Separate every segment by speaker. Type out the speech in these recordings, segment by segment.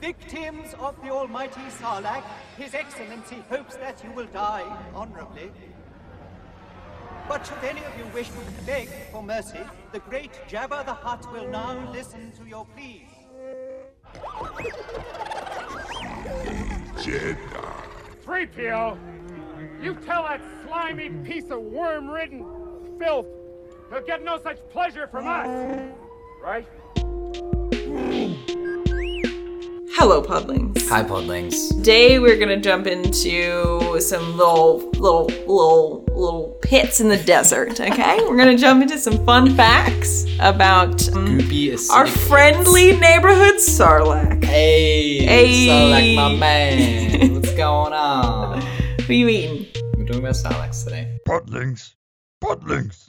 Speaker 1: Victims of the almighty Sarlacc, His Excellency hopes that you will die honorably. But should any of you wish to beg for mercy, the great Jabba the Hutt will now listen to your pleas.
Speaker 2: Jedi.
Speaker 3: 3PO, you tell that slimy piece of worm ridden filth he'll get no such pleasure from us. Right?
Speaker 4: Hello, Podlings.
Speaker 5: Hi, Podlings.
Speaker 4: Today we're gonna jump into some little, little, little, little pits in the desert. Okay, we're gonna jump into some fun facts about um,
Speaker 5: Goopy acidic.
Speaker 4: our friendly neighborhood Sarlacc.
Speaker 5: Hey,
Speaker 4: Hey.
Speaker 5: Sarlacc, my man. What's going on?
Speaker 4: Who you eating?
Speaker 5: We're talking about Sarlaccs today.
Speaker 2: Podlings. Podlings.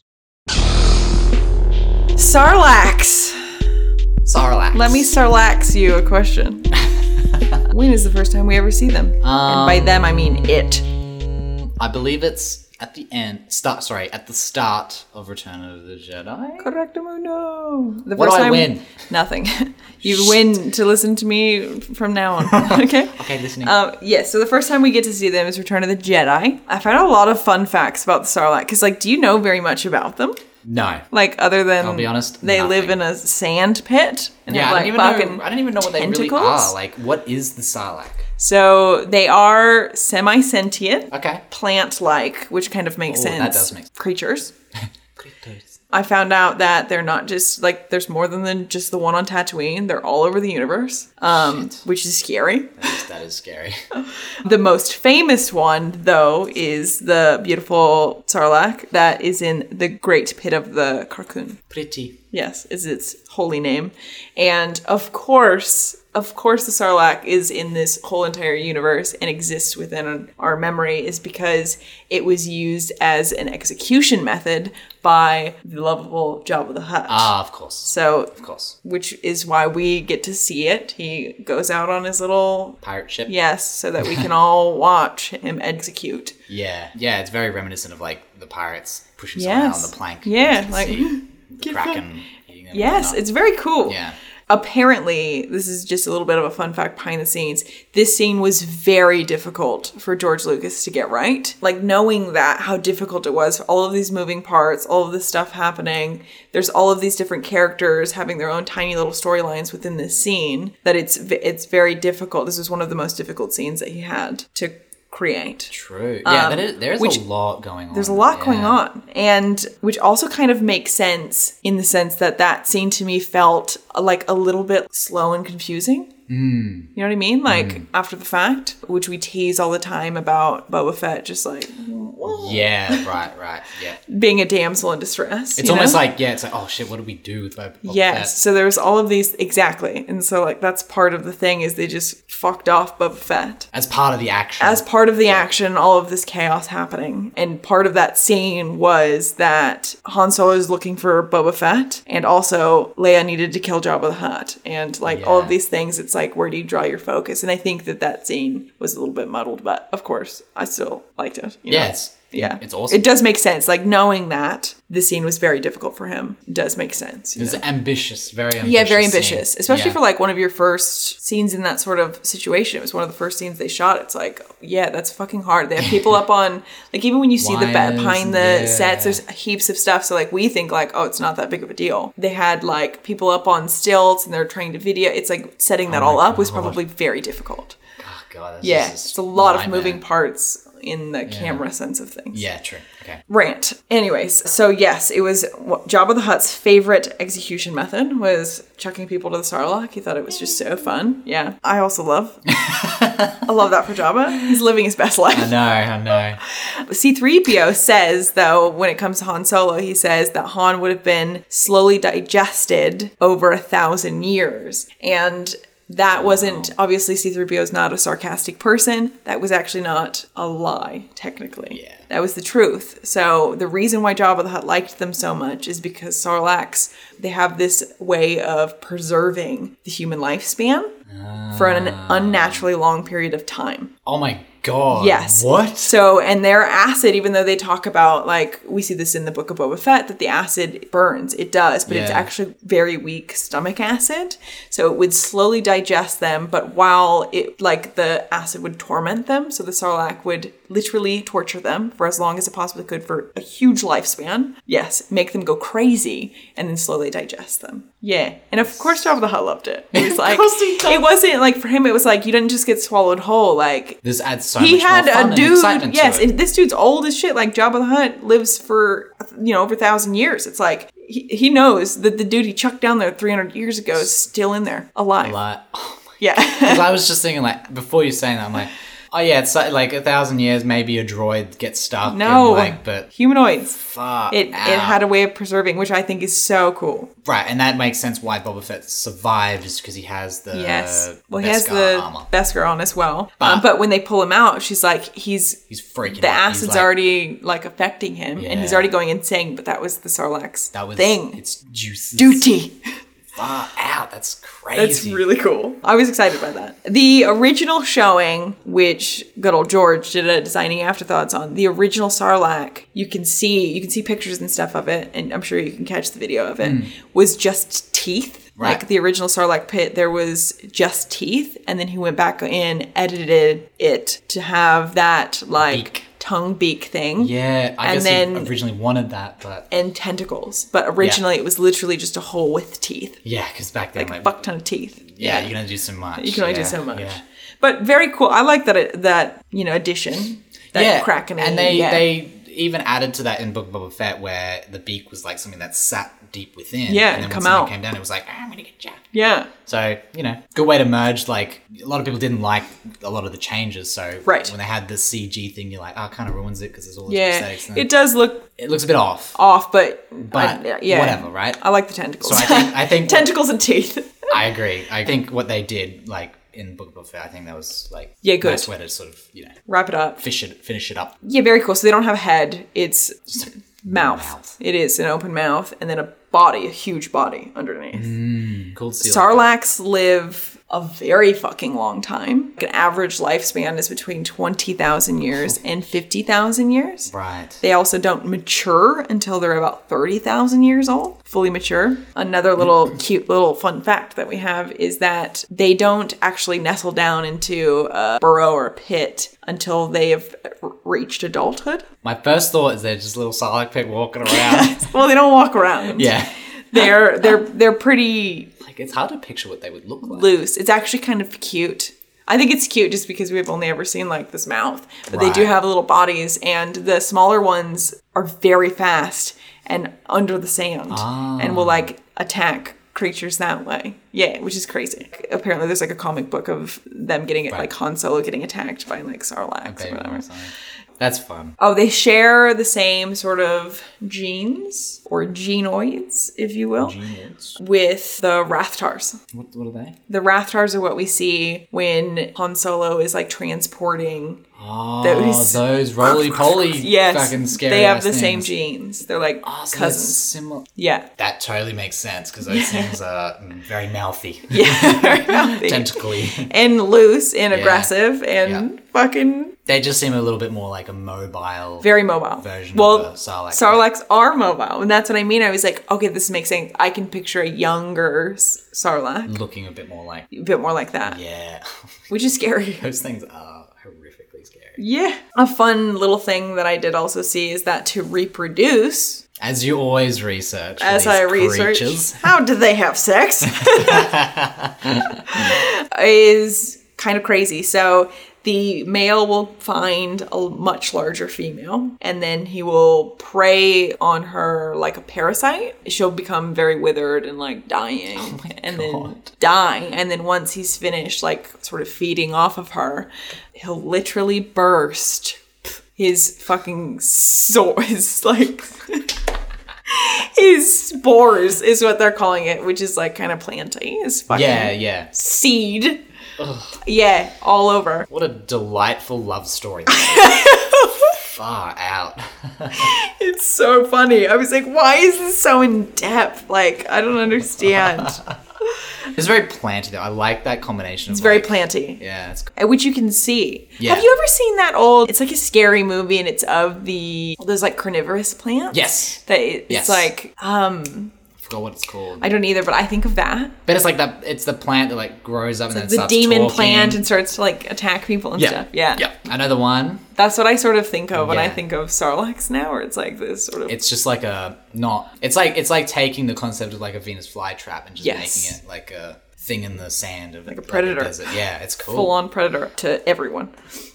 Speaker 4: Sarlaccs.
Speaker 5: Sarlacc.
Speaker 4: Let me Sarlax you a question. when is the first time we ever see them? and
Speaker 5: Um,
Speaker 4: by them I mean it.
Speaker 5: I believe it's at the end. Start. Sorry, at the start of Return of the Jedi.
Speaker 4: Correctamundo. The
Speaker 5: What
Speaker 4: first
Speaker 5: do I
Speaker 4: time,
Speaker 5: win?
Speaker 4: Nothing. you win to listen to me from now on. okay.
Speaker 5: Okay, listening.
Speaker 4: Um, yeah, so the first time we get to see them is Return of the Jedi. I found a lot of fun facts about the Sarlacc because, like, do you know very much about them?
Speaker 5: no.
Speaker 4: Like, other than
Speaker 5: I'll be honest,
Speaker 4: they live
Speaker 5: nothing.
Speaker 4: in a sand pit and
Speaker 5: Yeah,
Speaker 4: have,
Speaker 5: I
Speaker 4: like
Speaker 5: don't even
Speaker 4: fucking.
Speaker 5: know. I don't even know what they really
Speaker 4: tentacles?
Speaker 5: are. Like, what is the Sarlacc?
Speaker 4: So they are semi-sentient,
Speaker 5: Okay.
Speaker 4: plant-like, which kind of makes
Speaker 5: Oh,
Speaker 4: sense.
Speaker 5: that does make-
Speaker 4: creatures. I found out that they're not just like there's more than than just the one on Tatooine. They're all over the universe, um,
Speaker 5: Shit.
Speaker 4: which is scary.
Speaker 5: That is scary.
Speaker 4: The most famous one, though, is the beautiful Sarlacc that is in the Great Pit of the Carcoon.
Speaker 5: Pretty.
Speaker 4: Yes, is its holy name. And of course, of course, the Sarlacc is in this whole entire universe and exists within our memory, is because it was used as an execution method by the lovable Jabba the Hutt.
Speaker 5: Ah, of course.
Speaker 4: So,
Speaker 5: Of course.
Speaker 4: which is why we get to see it. He goes out on his little
Speaker 5: Pirate ship.
Speaker 4: Yes, so that we can all watch him execute.
Speaker 5: Yeah, yeah, it's very reminiscent of like the pirates pushing
Speaker 4: Yes.
Speaker 5: someone on the plank.
Speaker 4: Yeah,
Speaker 5: into the
Speaker 4: like, mm,
Speaker 5: sea, the
Speaker 4: get
Speaker 5: kraken. eating them
Speaker 4: Yes,
Speaker 5: and
Speaker 4: it's very cool.
Speaker 5: Yeah.
Speaker 4: Apparently, this is just a little bit of a fun fact behind the scenes. This scene was very difficult for George Lucas to get right. Like, knowing that, how difficult it was, all of these moving parts, all of this stuff happening, there's all of these different characters having their own tiny little storylines within this scene, that it's, v- it's very difficult. This was one of the most difficult scenes that he had to create.
Speaker 5: True. Yeah, that is, there's
Speaker 4: um, which-
Speaker 5: a lot going on.
Speaker 4: There's a lot going
Speaker 5: Oh, Yeah.
Speaker 4: on. And which also kind of makes sense in the sense that that scene to me felt uh, like a little bit slow and confusing.
Speaker 5: Hmm.
Speaker 4: Mm. You know what I mean? Like after the fact, which we tease all the time about Boba Fett just like
Speaker 5: Yeah, right, right. Yeah,
Speaker 4: being a damsel in distress.
Speaker 5: it's
Speaker 4: you
Speaker 5: almost
Speaker 4: know?
Speaker 5: like yeah, it's like oh shit, what do we do with Boba Boba
Speaker 4: Yes.
Speaker 5: Fett?
Speaker 4: So there's all of these exactly. And so like that's part of the thing is they just fucked off Boba Fett.
Speaker 5: as part of the action?
Speaker 4: as part of the action, all of this chaos happening. And part of that scene was that Han Solo is looking for Boba Fett, and also Leia needed to kill Jabba the Hutt, and like all of
Speaker 5: Yeah.
Speaker 4: these things. It's like where do you draw your focus? And I think that that scene was a little bit muddled, but of course, I still liked it. you know?
Speaker 5: yes,
Speaker 4: Yeah.
Speaker 5: it's awesome.
Speaker 4: It does make sense. Like knowing that the scene was very difficult for him does make sense. you
Speaker 5: It's
Speaker 4: know?
Speaker 5: ambitious, very ambitious.
Speaker 4: Yeah, very
Speaker 5: scene.
Speaker 4: ambitious, especially
Speaker 5: Yeah.
Speaker 4: for like one of your first scenes in that sort of situation. It was one of the first scenes they shot. It's like, yeah, that's fucking hard. They have people up on like even when you see the
Speaker 5: Wires
Speaker 4: the behind the
Speaker 5: and-
Speaker 4: sets,
Speaker 5: yeah.
Speaker 4: there's heaps of stuff. So like we think like, oh, it's not that big of a deal. They had like people up on stilts and they're trying to video. It's like setting that all up was probably very difficult.
Speaker 5: Oh, God, this
Speaker 4: Yeah,
Speaker 5: is just
Speaker 4: it's a lot of
Speaker 5: nightmare.
Speaker 4: moving parts in the camera sense of things
Speaker 5: Yeah, true. Okay,
Speaker 4: rant. Anyways, so yes, it was what- Jabba the Hutt's favorite execution method was chucking people to the Sarlacc. He thought it was just so fun. Yeah, I also love. I love that for Jabba. He's living his best life.
Speaker 5: I know, I know.
Speaker 4: C3PO says, though, when it comes to Han Solo, he says that Han would have been slowly digested over a thousand years. And that wasn't, obviously, C3PO is not a sarcastic person. That was actually not a lie, technically.
Speaker 5: Yeah.
Speaker 4: That was the truth. So the reason why Jabba the Hutt liked them so much is because Sarlaccs, they have this way of preserving the human lifespan for an unnaturally long period of time.
Speaker 5: Oh my god.
Speaker 4: Yes.
Speaker 5: What?
Speaker 4: So, and their acid, even though they talk about, like, we see this in the book of Boba Fett, that the acid burns. It does, but it's
Speaker 5: Yeah.
Speaker 4: actually very weak stomach acid. So it would slowly digest them, but while it, like, the acid would torment them, so the Sarlacc would literally torture them for as long as it possibly could for a huge lifespan. Yes, make them go crazy and then slowly digest them. Yeah. And of course, Jabba the Hutt loved it. It was like,
Speaker 5: course he does.
Speaker 4: it wasn't like for him, it was like, you didn't just get swallowed whole. Like,
Speaker 5: this adds so
Speaker 4: he
Speaker 5: much
Speaker 4: had
Speaker 5: more fun
Speaker 4: a
Speaker 5: and
Speaker 4: dude.
Speaker 5: excitement
Speaker 4: Yes,
Speaker 5: to it.
Speaker 4: and this dude's old as shit. Like Jabba the Hutt lives for you know over a thousand years. It's like he, he knows that the dude he chucked down there 300 years ago is still in there alive.
Speaker 5: Like,
Speaker 4: Yeah.
Speaker 5: 'cause I was just thinking, like, before you saying that, I'm like, oh yeah, it's like, like a thousand years, maybe a droid gets stuck.
Speaker 4: no.
Speaker 5: and, like, but
Speaker 4: humanoids.
Speaker 5: fuck.
Speaker 4: It it had a way of preserving, which I think is so cool.
Speaker 5: right, and that makes sense why Boba Fett survived, is because he has the
Speaker 4: yes. Well,
Speaker 5: Beskar
Speaker 4: he has the
Speaker 5: armor.
Speaker 4: Beskar on as well. um, but when they pull him out, she's like he's.
Speaker 5: He's freaking.
Speaker 4: the
Speaker 5: out. He's
Speaker 4: acid's
Speaker 5: like,
Speaker 4: already like affecting him, and he's
Speaker 5: Yeah.
Speaker 4: already going insane. But that was the Sarlacc's
Speaker 5: that was
Speaker 4: thing.
Speaker 5: It's juices.
Speaker 4: duty.
Speaker 5: Far out. That's crazy.
Speaker 4: That's really cool. I was excited by that. The original showing, which good old George did a designing afterthoughts on, the original Sarlacc, you can see you can see pictures and stuff of it, and I'm sure you can catch the video of it, was just teeth.
Speaker 5: Hmm. Right.
Speaker 4: Like the original Sarlacc pit, there was just teeth, and then he went back in, edited it to have that like
Speaker 5: Beak.
Speaker 4: tongue beak thing.
Speaker 5: Yeah, I
Speaker 4: And
Speaker 5: guess
Speaker 4: then-
Speaker 5: he originally wanted that, but
Speaker 4: And tentacles. But originally it was literally just a hole with teeth.
Speaker 5: yeah, because back then,
Speaker 4: Like,
Speaker 5: like,
Speaker 4: a fuck ton of teeth.
Speaker 5: Oh yeah, you're gonna do so much.
Speaker 4: You can only do
Speaker 5: yeah,
Speaker 4: so much.
Speaker 5: Yeah,
Speaker 4: But very cool. I like that it, that you know addition. That
Speaker 5: yeah.
Speaker 4: crack in it.
Speaker 5: and they
Speaker 4: yeah.
Speaker 5: they even added to that in Book of Boba Fett, where the beak was like something that sat deep within.
Speaker 4: Yeah,
Speaker 5: and then
Speaker 4: come
Speaker 5: when something
Speaker 4: out.
Speaker 5: came down, it was like "Ah, I'm gonna get you.
Speaker 4: yeah.
Speaker 5: So you know, good way to merge. Like a lot of people didn't like a lot of the changes. So
Speaker 4: Right.
Speaker 5: when they had the CG thing, you're like, oh, kind of ruins it because there's all this
Speaker 4: Yeah,
Speaker 5: prosthetics. and
Speaker 4: it does look
Speaker 5: it looks a bit off,
Speaker 4: off, but
Speaker 5: but
Speaker 4: I- yeah,
Speaker 5: whatever, right?
Speaker 4: I like the tentacles.
Speaker 5: So I think- I think-
Speaker 4: tentacles and teeth.
Speaker 5: I agree. I think what they did, like in Book of Boba Fett, I think that was like
Speaker 4: Yeah, good.
Speaker 5: nice way to sort of you know
Speaker 4: Wrap it up.
Speaker 5: fish it, finish it up.
Speaker 4: Yeah, very cool. So they don't have a head; it's mouth.
Speaker 5: mouth.
Speaker 4: It is an open mouth, and then a body, a huge body underneath.
Speaker 5: Mm. Cool to see. like,
Speaker 4: Sarlaccs live a very fucking long time. An average lifespan is between twenty thousand years and fifty thousand years.
Speaker 5: Right.
Speaker 4: They also don't mature until they're about 30,000 years old, fully mature. Another little cute little fun fact that we have is that they don't actually nestle down into a burrow or a pit until they have r- reached adulthood.
Speaker 5: My first thought is they're just little Sarlacc pit walking around.
Speaker 4: Well, they don't walk around.
Speaker 5: yeah.
Speaker 4: They're they're they're pretty
Speaker 5: Like it's hard to picture what they would look like.
Speaker 4: loose. It's actually kind of cute. I think it's cute just because we've only ever seen like this mouth, but they do
Speaker 5: Right.
Speaker 4: have little bodies, and the smaller ones are very fast and under the sand, and will like attack creatures that way. Yeah, which is crazy. Apparently, there's like a comic book of them getting it, like Han Solo getting attacked by like Sarlacc or
Speaker 5: Baby
Speaker 4: whatever.
Speaker 5: or something. That's fun.
Speaker 4: Oh, they share the same sort of genes or genoids, if you will,
Speaker 5: Genius.
Speaker 4: with the Rathtars.
Speaker 5: What, what are they?
Speaker 4: The Rathtars are what we see when Han Solo is like transporting.
Speaker 5: Oh,
Speaker 4: Those-
Speaker 5: those, roly poly
Speaker 4: Yes,
Speaker 5: fucking scary.
Speaker 4: they have
Speaker 5: ass
Speaker 4: the same
Speaker 5: things.
Speaker 4: genes. They're like
Speaker 5: Oh, so they're
Speaker 4: cousins.
Speaker 5: similar.
Speaker 4: Yeah,
Speaker 5: That totally makes sense because those things are mm, very mouthy,
Speaker 4: yeah, very healthy.
Speaker 5: tentacly.
Speaker 4: and loose and aggressive and
Speaker 5: Yeah.
Speaker 4: fucking
Speaker 5: they just seem a little bit more like a mobile.
Speaker 4: very mobile.
Speaker 5: Version
Speaker 4: well,
Speaker 5: of a Sarlacc.
Speaker 4: Sarlaccs are mobile, and that's what I mean. I was like, okay, this makes sense. I can picture a younger s- Sarlacc,
Speaker 5: looking a bit more like
Speaker 4: a bit more like that,
Speaker 5: Mm. yeah.
Speaker 4: which is scary.
Speaker 5: those things are horrifically scary.
Speaker 4: Yeah, a fun little thing that I did also see is that to reproduce,
Speaker 5: As you always research, for
Speaker 4: as
Speaker 5: these
Speaker 4: I research
Speaker 5: creatures.
Speaker 4: how do they have sex is kind of crazy. So the male will find a much larger female and then he will prey on her like a parasite. She'll become very withered and like dying and then
Speaker 5: Oh God.
Speaker 4: die and then once he's finished like sort of feeding off of her, he'll literally burst his fucking sore his like his spores is what they're calling it, which is like kind of planty. Is fucking
Speaker 5: Yeah, yeah.
Speaker 4: seed. Yeah, all over.
Speaker 5: What a delightful love story. Far out.
Speaker 4: It's so funny. I was like, why is this so in depth? Like, I don't understand.
Speaker 5: It's very planty though. I like that combination.
Speaker 4: It's very planty.
Speaker 5: Yeah, it's cool.
Speaker 4: uh, Which you can see.
Speaker 5: Yeah.
Speaker 4: Have you ever seen that old? It's like a scary movie, and it's of the those like carnivorous plants.
Speaker 5: Yes.
Speaker 4: that it- it's
Speaker 5: Yes.
Speaker 4: like um
Speaker 5: I forgot what it's called.
Speaker 4: I don't either, but I think of that
Speaker 5: but it's like that. It's the plant that like grows up and then
Speaker 4: the
Speaker 5: starts
Speaker 4: demon
Speaker 5: talking.
Speaker 4: plant and starts to like attack people and
Speaker 5: yeah.
Speaker 4: stuff. Yeah,
Speaker 5: yeah. I know the one.
Speaker 4: That's what I sort of think of when I
Speaker 5: Yeah.
Speaker 4: think of Sarlax now, where it's like this sort of
Speaker 5: It's just like a not. It's like it's like taking the concept of like a Venus flytrap and just
Speaker 4: Yes.
Speaker 5: making it like a thing in the sand of like
Speaker 4: a predator.
Speaker 5: desert. yeah, it's cool.
Speaker 4: full on predator to everyone.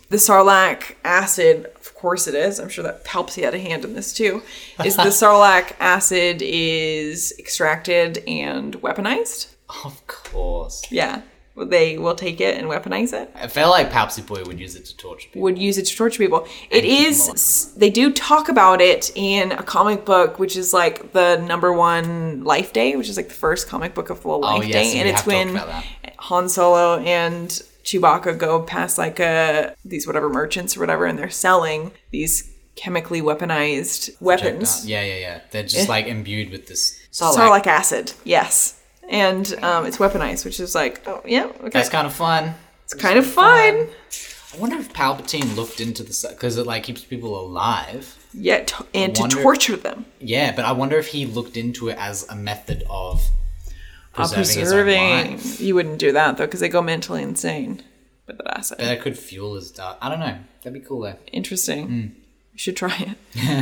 Speaker 4: The Sarlacc acid, of course it is. I'm sure that Palpsy had a hand in this too. Is the Sarlacc acid is extracted and weaponized?
Speaker 5: Of course.
Speaker 4: Yeah, they will take it and weaponize it.
Speaker 5: I felt like Palpsy Boy would use it to torture people.
Speaker 4: would use it to torture people. It
Speaker 5: keep them
Speaker 4: is
Speaker 5: alive.
Speaker 4: s- they do talk about it in a comic book, which is like the number one Life Day, which is like the first comic book of the Life
Speaker 5: Oh, yes,
Speaker 4: Day,
Speaker 5: we
Speaker 4: and it's
Speaker 5: have talked
Speaker 4: when
Speaker 5: about
Speaker 4: Han Solo and Chewbacca go past like a these whatever merchants or whatever, and they're selling these chemically weaponized weapons.
Speaker 5: uh, Yeah, yeah, yeah. They're just like imbued with this. Sarlacc.
Speaker 4: Sarlacc acid, yes, and um, it's weaponized, which is like oh yeah, okay,
Speaker 5: That's kind of fun.
Speaker 4: it's kind of fun.
Speaker 5: I wonder if Palpatine looked into the because it like keeps people alive.
Speaker 4: Yeah, to- and to
Speaker 5: Wonder-
Speaker 4: torture them.
Speaker 5: Yeah, but I wonder if he looked into it as a method of
Speaker 4: Uh,
Speaker 5: preserving. His own
Speaker 4: preserving.
Speaker 5: life.
Speaker 4: You wouldn't do that though, because they go mentally insane with that acid.
Speaker 5: But that could fuel his dark. I don't know. That'd be cool though.
Speaker 4: Interesting.
Speaker 5: mm.
Speaker 4: You should try it.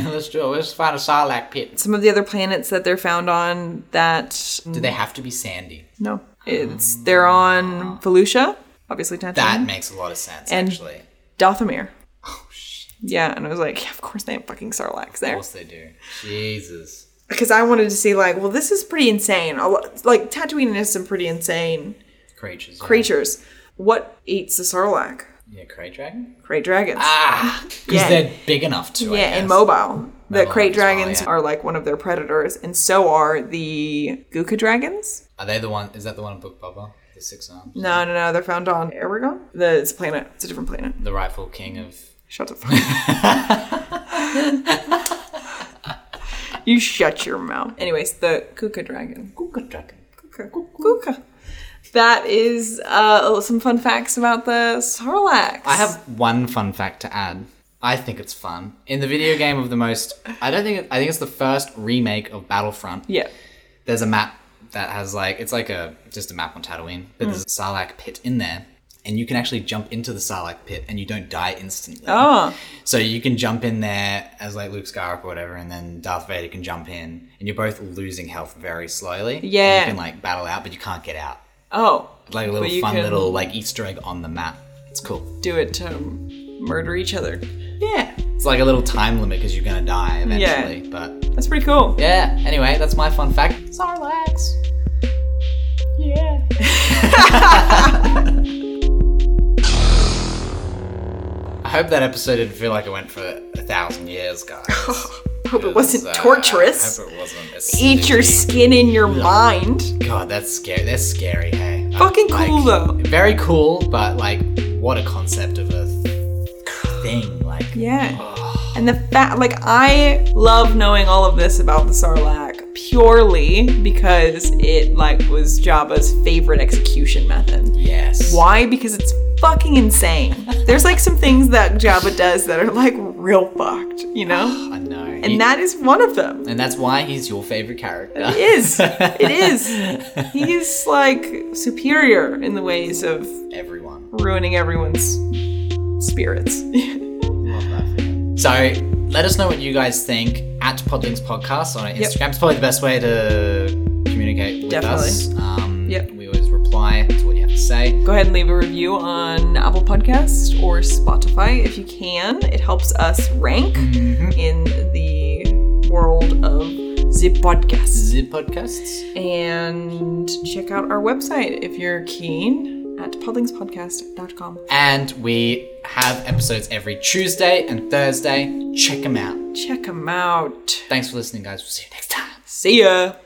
Speaker 5: Let's do it. Let's find a Sarlacc pit.
Speaker 4: Some of the other planets that they're found on that
Speaker 5: Do they have to be sandy?
Speaker 4: no, it's they're on Felucia, obviously Tatooine,
Speaker 5: That makes a lot of sense
Speaker 4: Mm-hmm. And-
Speaker 5: actually.
Speaker 4: Dothamir.
Speaker 5: Oh shit!
Speaker 4: Yeah, and I was like, yeah, of course they have fucking Sarlaccs
Speaker 5: Of
Speaker 4: there.
Speaker 5: course they do. Jesus.
Speaker 4: Because I wanted to see like, well, this is pretty insane. A lot, like Tatooine has some pretty insane
Speaker 5: Creatures. yeah.
Speaker 4: creatures. What eats the Sarlacc?
Speaker 5: Yeah, crate dragon.
Speaker 4: Great dragons.
Speaker 5: Ah, because
Speaker 4: Yeah.
Speaker 5: they're big enough to. I
Speaker 4: Yeah,
Speaker 5: guess.
Speaker 4: and mobile. The
Speaker 5: Mobile
Speaker 4: crate
Speaker 5: as well,
Speaker 4: dragons
Speaker 5: yeah.
Speaker 4: are like one of their predators, and so are the Guka dragons.
Speaker 5: Are they the one? Is that the one in Book Bubba? The six arms.
Speaker 4: No, no, no. They're found on Aragon. The, it's a planet. It's a different planet.
Speaker 5: The rightful king of.
Speaker 4: Shut the fuck up. you shut your mouth. Anyways, the Guka dragon.
Speaker 5: Good dragon.
Speaker 4: Guka. Guka. That is uh, some fun facts about the Sarlacc.
Speaker 5: I have one fun fact to add. I think it's fun. In the video game of the most, I don't think I think it's the first remake of Battlefront.
Speaker 4: Yeah.
Speaker 5: There's a map that has like it's like a just a map on Tatooine, but there's a Sarlacc pit in there, and you can actually jump into the Sarlacc pit and you don't die instantly.
Speaker 4: Oh.
Speaker 5: So you can jump in there as like Luke Skywalker or whatever, and then Darth Vader can jump in, and you're both losing health very slowly. And
Speaker 4: Yeah.
Speaker 5: you can like battle out, but you can't get out.
Speaker 4: Oh.
Speaker 5: Like a
Speaker 4: But
Speaker 5: little
Speaker 4: you
Speaker 5: fun
Speaker 4: can-
Speaker 5: little like Easter egg on the map. It's cool.
Speaker 4: Do it to murder each other.
Speaker 5: Yeah. It's like a little time limit because you're going to die eventually. But
Speaker 4: That's pretty cool.
Speaker 5: yeah, anyway, that's my fun fact. Sarlax. Yeah. I hope that episode didn't feel like it went for a thousand years, guys. uh,
Speaker 4: Hope it wasn't torturous.
Speaker 5: I hope it wasn't. a
Speaker 4: Eat your
Speaker 5: snooty-
Speaker 4: skin in your mind.
Speaker 5: God, that's scary. That's scary, hey. I-
Speaker 4: Fucking cool, though.
Speaker 5: Very cool, but like, what a concept of a thing. Like,
Speaker 4: Yeah. And the fact, like, I love knowing all of this about the Sarlacc purely because it, like, was Jabba's favorite execution method.
Speaker 5: yes.
Speaker 4: Why? Because it's fucking insane. There's, like, some things that Jabba does that are, like, real fucked, you know?
Speaker 5: I know.
Speaker 4: And that is one of them.
Speaker 5: And that's why he's your favorite character.
Speaker 4: It is. It is. He is, like, superior in the ways of
Speaker 5: Everyone.
Speaker 4: ruining everyone's spirits.
Speaker 5: Love that for him. So let us know what you guys think at Podlinks Podcast on our
Speaker 4: Yep.
Speaker 5: Instagram. It's probably the best way to communicate with
Speaker 4: Definitely.
Speaker 5: us. Um,
Speaker 4: Yep.
Speaker 5: We always reply to what you have to say.
Speaker 4: Go ahead and leave a review on Apple Podcast or Spotify if you can. It helps us rank in the world of the podcast.
Speaker 5: Zip Podcasts.
Speaker 4: And check out our website if you're keen at podlingspodcast.com.
Speaker 5: And we have episodes every Tuesday and Thursday. Check them out.
Speaker 4: Check them out.
Speaker 5: Thanks for listening, guys. We'll see you next time.
Speaker 4: See ya.